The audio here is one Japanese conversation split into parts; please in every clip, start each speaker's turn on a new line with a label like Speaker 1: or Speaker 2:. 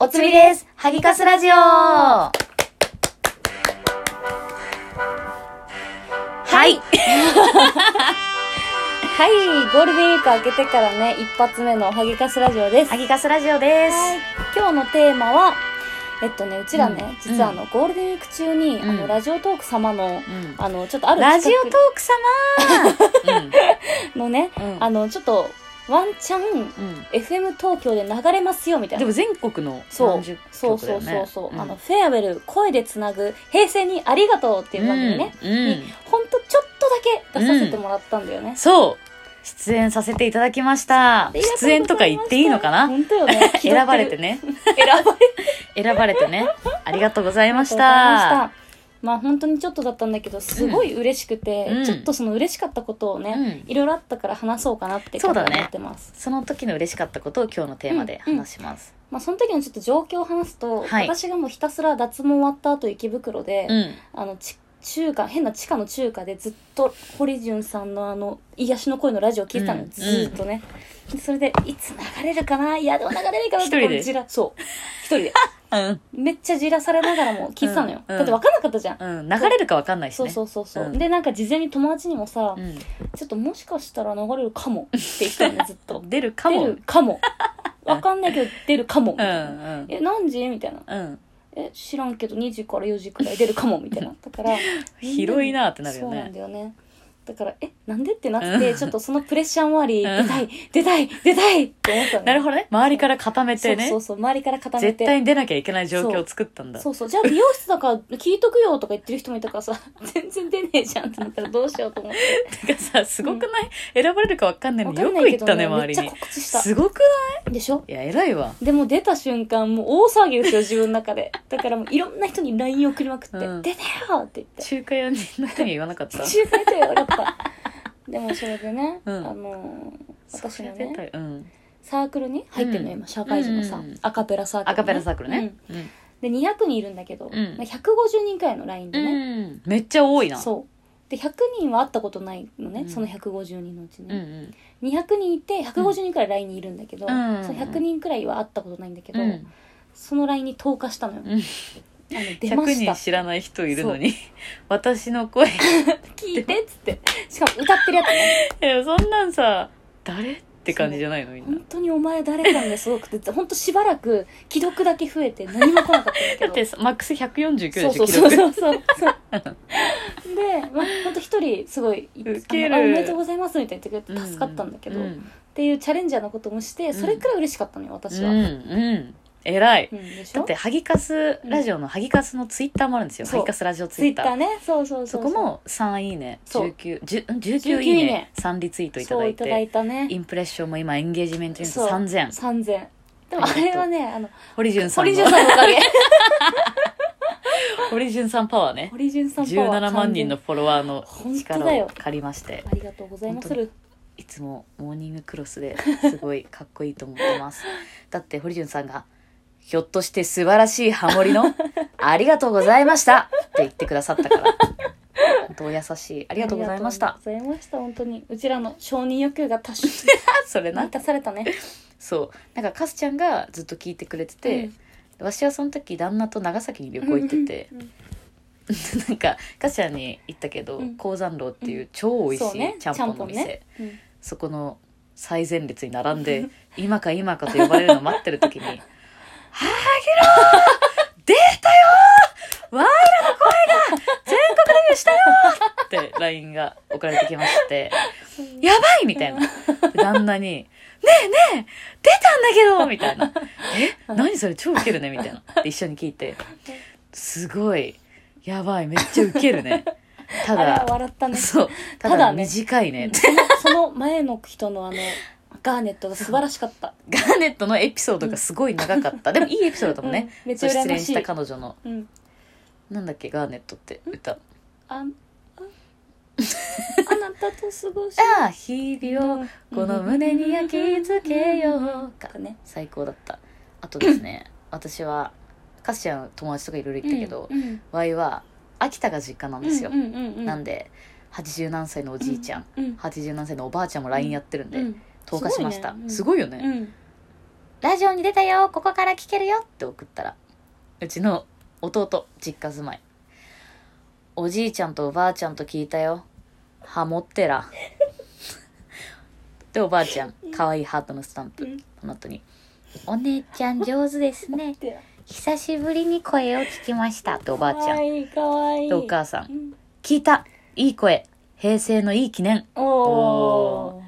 Speaker 1: おつみです。ハギカスラジオ。は
Speaker 2: はい。
Speaker 1: い、ゴールデンウィーク明けてからね、一発目のハギカスラジオです。
Speaker 2: ハギカスラジオです。
Speaker 1: 今日のテーマは、えっとね、うちらね、
Speaker 2: うん
Speaker 1: 実はあの、ゴールデンウィーク中に、
Speaker 2: うん
Speaker 1: あの、ラジオトーク様の、
Speaker 2: うん
Speaker 1: あの、ちょっとある
Speaker 2: ラジ
Speaker 1: 企
Speaker 2: オトーク様
Speaker 1: 画のね、
Speaker 2: うんうん
Speaker 1: あの、ちょっと、ワンチャン、
Speaker 2: うん。
Speaker 1: FM 東京で流れますよ、みたい
Speaker 2: で
Speaker 1: な。
Speaker 2: も全国の
Speaker 1: そう
Speaker 2: 何十
Speaker 1: そう
Speaker 2: 曲だ
Speaker 1: そ
Speaker 2: よ
Speaker 1: う
Speaker 2: ね。
Speaker 1: そうそう、
Speaker 2: ん
Speaker 1: あの、フェアウェル、声でつなぐ、平成にありがとうっていう番組ね、。
Speaker 2: うんうん
Speaker 1: にほんとちょっとだけ出させてもらったんだよね。
Speaker 2: そう。出演させていただきました。出演とか言っていいのかな。
Speaker 1: 本当よね
Speaker 2: 選ばれてね。
Speaker 1: 気取ってる。選ばれ
Speaker 2: 選ばれてね。ありがとうございま
Speaker 1: まし
Speaker 2: し。
Speaker 1: たた。まあ本当にちょっとだったんだけど、すごい嬉しくて、
Speaker 2: うん
Speaker 1: ちょっとその嬉しかったことをね、
Speaker 2: うん
Speaker 1: いろいろあったから話そうかなって
Speaker 2: そうだね
Speaker 1: 思ってます。
Speaker 2: その時の嬉しかったことを今日のテーマで話します。
Speaker 1: まあその時のちょっと状況を話すと、
Speaker 2: はい
Speaker 1: 私がもうひたすら脱毛終わった後池袋で、
Speaker 2: うん。
Speaker 1: あの、ち中華、変な地下の中華でずっと堀潤さんのあの、癒しの声のラジオ聞いてたの、
Speaker 2: うん
Speaker 1: ずーっとね。でそれで、いつ流れるかないや、でも流れないかなっ
Speaker 2: 一
Speaker 1: て
Speaker 2: 人で
Speaker 1: こうじら、そう。一人で。
Speaker 2: うん。
Speaker 1: めっちゃじらされながらも聞いてたのよ。
Speaker 2: うんうん
Speaker 1: だって分かんなかったじゃん。
Speaker 2: うん。流れるかわかんないし
Speaker 1: そう
Speaker 2: ね。
Speaker 1: そうそうそう、
Speaker 2: うん
Speaker 1: でなんか事前に友達にもさ、
Speaker 2: うん。
Speaker 1: ちょっともしかしたら流れるかもって言ってたの ねずっと
Speaker 2: 出るかも。
Speaker 1: 出るか もわかんないけど出るかもみ
Speaker 2: う
Speaker 1: た
Speaker 2: ん
Speaker 1: いな、
Speaker 2: うん。
Speaker 1: え何時みたいな
Speaker 2: うん。
Speaker 1: え知らんけど2時から4時くらい出るかもみたいなだから
Speaker 2: 広いなってなるよ
Speaker 1: そうなん
Speaker 2: ね。
Speaker 1: だよねだからえなんでってなって、
Speaker 2: うん
Speaker 1: ちょっとそのプレッシャーもあり、
Speaker 2: う
Speaker 1: 出
Speaker 2: ん
Speaker 1: たい出たい出たいって思ったの
Speaker 2: なるほ
Speaker 1: ど
Speaker 2: どね。周りから固めてね
Speaker 1: そう。そうそう周りから固め
Speaker 2: 絶
Speaker 1: て
Speaker 2: 対に出なきゃいけない状況を作ったんだ。
Speaker 1: そうそうじゃあ美容室だから聞いとくよとか言ってる人もいたからさ 全然出ねえじゃんってなったらどうしようと思って
Speaker 2: てかさ、すごくない選ばれるかわかんないの
Speaker 1: わか
Speaker 2: によ
Speaker 1: んな
Speaker 2: く
Speaker 1: い
Speaker 2: 言
Speaker 1: け
Speaker 2: っ
Speaker 1: ど
Speaker 2: た ね、
Speaker 1: ね
Speaker 2: 周り
Speaker 1: めっ
Speaker 2: に
Speaker 1: ちゃ。告知した
Speaker 2: すごく
Speaker 1: でしょ
Speaker 2: ないいや、偉いわ。
Speaker 1: でも出た瞬間もう大騒ぎですよ自分の中でだからもういろんな人に LINE 送りまくって「
Speaker 2: うん
Speaker 1: 出てよ!」って言って
Speaker 2: 中華屋の中に言わなかった。
Speaker 1: 中華とやなかったでもそれでね、
Speaker 2: うん
Speaker 1: あのー私の
Speaker 2: それ出た
Speaker 1: ね
Speaker 2: ようん。
Speaker 1: サークルに入ってるの、
Speaker 2: うん
Speaker 1: 今社会人のさ、
Speaker 2: うん
Speaker 1: アカペラサークル、
Speaker 2: アカペラサークルね。うん。
Speaker 1: うんで200人いるんだけど、
Speaker 2: うん
Speaker 1: まあ150人くらいの LINE でね、
Speaker 2: うん。めっちゃ多いな。う。
Speaker 1: そうで100人は会ったことないのね、
Speaker 2: うん
Speaker 1: その150人のうち
Speaker 2: うんう
Speaker 1: ね、
Speaker 2: ん。
Speaker 1: 200人いて150人くらい LINE にいるんだけど、
Speaker 2: うん
Speaker 1: その100人くらいは会ったことないんだけど、
Speaker 2: うん
Speaker 1: その LINE に投下したのよ、
Speaker 2: ん
Speaker 1: あの 出ま
Speaker 2: 100
Speaker 1: した
Speaker 2: 人知らない人いるのに、 私の声。い
Speaker 1: 聞いてっつってしかも歌ってるやつね
Speaker 2: や、そんなんさ、誰って感じじゃないのみんな
Speaker 1: 本。当にお前誰かんですごくて本当しばらく既読だけ増えて何も来なかったんだけ
Speaker 2: だ
Speaker 1: ど
Speaker 2: ってさ、マックス149でし
Speaker 1: そ
Speaker 2: ょ、
Speaker 1: うそう
Speaker 2: 記
Speaker 1: そう
Speaker 2: 録。
Speaker 1: そうそう で、まあ、本当一人すごいあの
Speaker 2: ウケる
Speaker 1: あおめでとうございます」みたいな言ってくれ
Speaker 2: う
Speaker 1: て助かったんだけど、
Speaker 2: う
Speaker 1: っ
Speaker 2: ん
Speaker 1: ていうチャレンジャーなこともしてそれくらい嬉しかったのよ私は、
Speaker 2: う
Speaker 1: うんん
Speaker 2: うん偉い
Speaker 1: でし
Speaker 2: だ
Speaker 1: ょ
Speaker 2: ってハギカスラジオのハギカスのツイッターもあるんですよ
Speaker 1: そ
Speaker 2: ハ
Speaker 1: う
Speaker 2: ギカスラジオツ
Speaker 1: ツ
Speaker 2: イ
Speaker 1: イ
Speaker 2: ッ
Speaker 1: ッ
Speaker 2: タ
Speaker 1: タ
Speaker 2: ー
Speaker 1: ーねそうそうそ
Speaker 2: そうこも3いいね
Speaker 1: そう
Speaker 2: 19 10 19い
Speaker 1: 19
Speaker 2: い
Speaker 1: いい
Speaker 2: ね
Speaker 1: ね
Speaker 2: 3リツイートいた
Speaker 1: そ
Speaker 2: だ
Speaker 1: う
Speaker 2: い
Speaker 1: いただ
Speaker 2: て
Speaker 1: いたね
Speaker 2: インプレッションも今エンゲージメントユニット
Speaker 1: そう
Speaker 2: 3000
Speaker 1: 3000でもあれはねあの
Speaker 2: 堀潤さん
Speaker 1: 堀
Speaker 2: の
Speaker 1: 潤さんのおかげ
Speaker 2: 堀潤さんパワーね
Speaker 1: 堀潤さんパワー
Speaker 2: 17万人のフォロワーの
Speaker 1: 本当
Speaker 2: 力
Speaker 1: だ
Speaker 2: を
Speaker 1: よ
Speaker 2: 借りまして
Speaker 1: ありがとうございま
Speaker 2: 本
Speaker 1: す
Speaker 2: いつもモーニングクロスですごいかっこいいと思っ てますだって堀潤さんがひょっとして素晴らしいハモリの「ありがとうございました」って言ってくださったから本当お優しいあ
Speaker 1: あ
Speaker 2: りがとうございまし
Speaker 1: あ
Speaker 2: た
Speaker 1: りがとうございました本当にうちらの承認欲求が達し
Speaker 2: それな
Speaker 1: 満たされたね
Speaker 2: そうなんかかすちゃんがずっと聞いてくれてて、私はその時旦那と長崎に旅行行ってて、
Speaker 1: うん
Speaker 2: なんかかすちゃんに行ったけど、
Speaker 1: うん
Speaker 2: 鉱山楼っていう超美味し
Speaker 1: そうね
Speaker 2: いちゃんぽんの
Speaker 1: ちゃんぽん
Speaker 2: 店、
Speaker 1: ねうん
Speaker 2: そこの最前列に並 んで「今か今か」と呼ばれるのを待ってる時に「はぎろー出たよーわーいらの声が全国デビューしたよー!」って LINE が送られてきまして「やばい!」みたいな旦那に「ねえねえ出たんだけど!」みたいな「え何それ超ウケるね」みたいなで一緒に聞いて「すごいやばいめっちゃウケるね」た
Speaker 1: あれは
Speaker 2: だ
Speaker 1: 笑ったねそ
Speaker 2: そう
Speaker 1: た
Speaker 2: ただ
Speaker 1: だね
Speaker 2: 短いねって
Speaker 1: のその前の人のあのガーネットが素晴らしか った
Speaker 2: ガーネットのエピソードがすごい長かった。でもいいエピソードだもんね。
Speaker 1: うんめっち
Speaker 2: そ
Speaker 1: ゃ
Speaker 2: う失
Speaker 1: 羨ま
Speaker 2: 恋
Speaker 1: し
Speaker 2: し
Speaker 1: い
Speaker 2: た彼女の、
Speaker 1: うん
Speaker 2: なんだっけ、ガーネットって歌。あ
Speaker 1: ああ あなたと過ごし
Speaker 2: あ、日々をこの胸に焼き付けようか。
Speaker 1: ね
Speaker 2: 最高だった。あとですね、私は、カシアの友達とかいろいろ行ったけど、
Speaker 1: うんうん
Speaker 2: ワイは秋田が実家なんですよ。
Speaker 1: うんうんうん
Speaker 2: なんで、80何歳のおじいちゃん、
Speaker 1: うん
Speaker 2: 80何歳のおばあちゃんも LINE やってるんで、
Speaker 1: うん
Speaker 2: 投下しました。
Speaker 1: すごいねうん
Speaker 2: すごいよね。
Speaker 1: うん
Speaker 2: ラジオに出たよここから聞けるよって送ったら、うちの弟、実家住まい。おじいちゃんとおばあちゃんと聞いたよ。ハモってら。 で、おばあちゃん、かわいいハートのスタンプ
Speaker 1: うん。
Speaker 2: その後に、お姉ちゃん上手ですね。
Speaker 1: て
Speaker 2: 久しぶりに声を聞きました。っておばあちゃ
Speaker 1: かわ
Speaker 2: ん。
Speaker 1: いいかわいい
Speaker 2: で、お母さ、
Speaker 1: うんん
Speaker 2: 聞いたいい声平成のいい記念
Speaker 1: お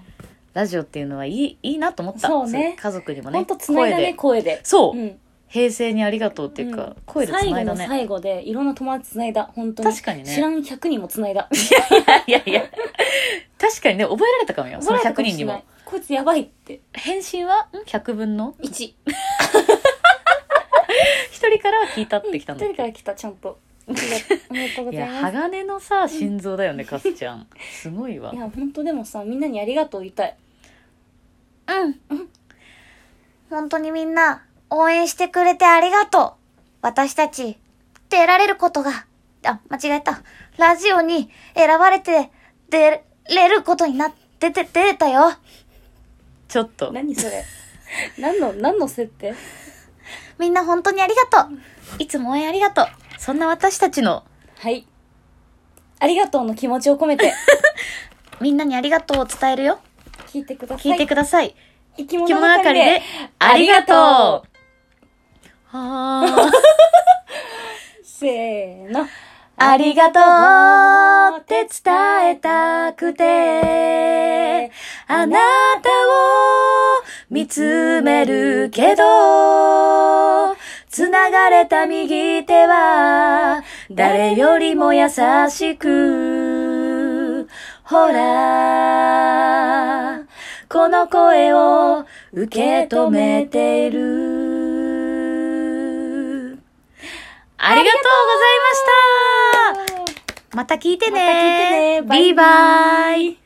Speaker 2: ラジオっていうのはいいいいなと思った
Speaker 1: そうね
Speaker 2: 家族にも
Speaker 1: ー
Speaker 2: ね
Speaker 1: ほんとつないだね
Speaker 2: 声で
Speaker 1: 声で
Speaker 2: そう、
Speaker 1: ん
Speaker 2: 平成にありがとうっていうか、
Speaker 1: うん
Speaker 2: 声でつないだ
Speaker 1: 最後の
Speaker 2: ね
Speaker 1: 最後でいろんな友達つないだ本当に
Speaker 2: 確かにね
Speaker 1: 知らん100人もつないだ
Speaker 2: いやいや確かにね覚えられたかもよその100人にも
Speaker 1: こいつやばいって
Speaker 2: 返信はん100分の
Speaker 1: 1
Speaker 2: 1人からは聞いたってきたんだ
Speaker 1: 一人から来たちゃん とありがとうおめでとうご
Speaker 2: い
Speaker 1: ざ
Speaker 2: や
Speaker 1: います
Speaker 2: 鋼のさ心臓だよね、かすちゃんすごいわ
Speaker 1: いや本当でもさみんなにありがとう言いたい
Speaker 3: うん。本当にみんな、応援してくれてありがとう。私たち、出られることが、あ、間違えた。ラジオに選ばれて、出れることになって、て、出れたよ。
Speaker 2: ちょっと
Speaker 1: 何それ 何の何の設定
Speaker 3: みんな本当にありがとう。いつも応援ありがとう。
Speaker 2: そんな私たちの
Speaker 1: はいありがとうの気持ちを込めて
Speaker 3: みんなにありがとうを伝えるよ。
Speaker 1: 聞いてください
Speaker 2: 聞いてください、
Speaker 1: 生き物
Speaker 2: 生き物
Speaker 1: 係
Speaker 2: 係
Speaker 1: で
Speaker 2: でありがとう
Speaker 1: あ
Speaker 2: はあ
Speaker 1: せーの
Speaker 2: ありがとうって伝えたくて、あなたを見つめるけど、つながれた右手は誰よりも優しく、ほら、この声を受け止めている。ありがとうございましたまた聞いてね
Speaker 1: また聞いてねバイバイ
Speaker 2: バイバイ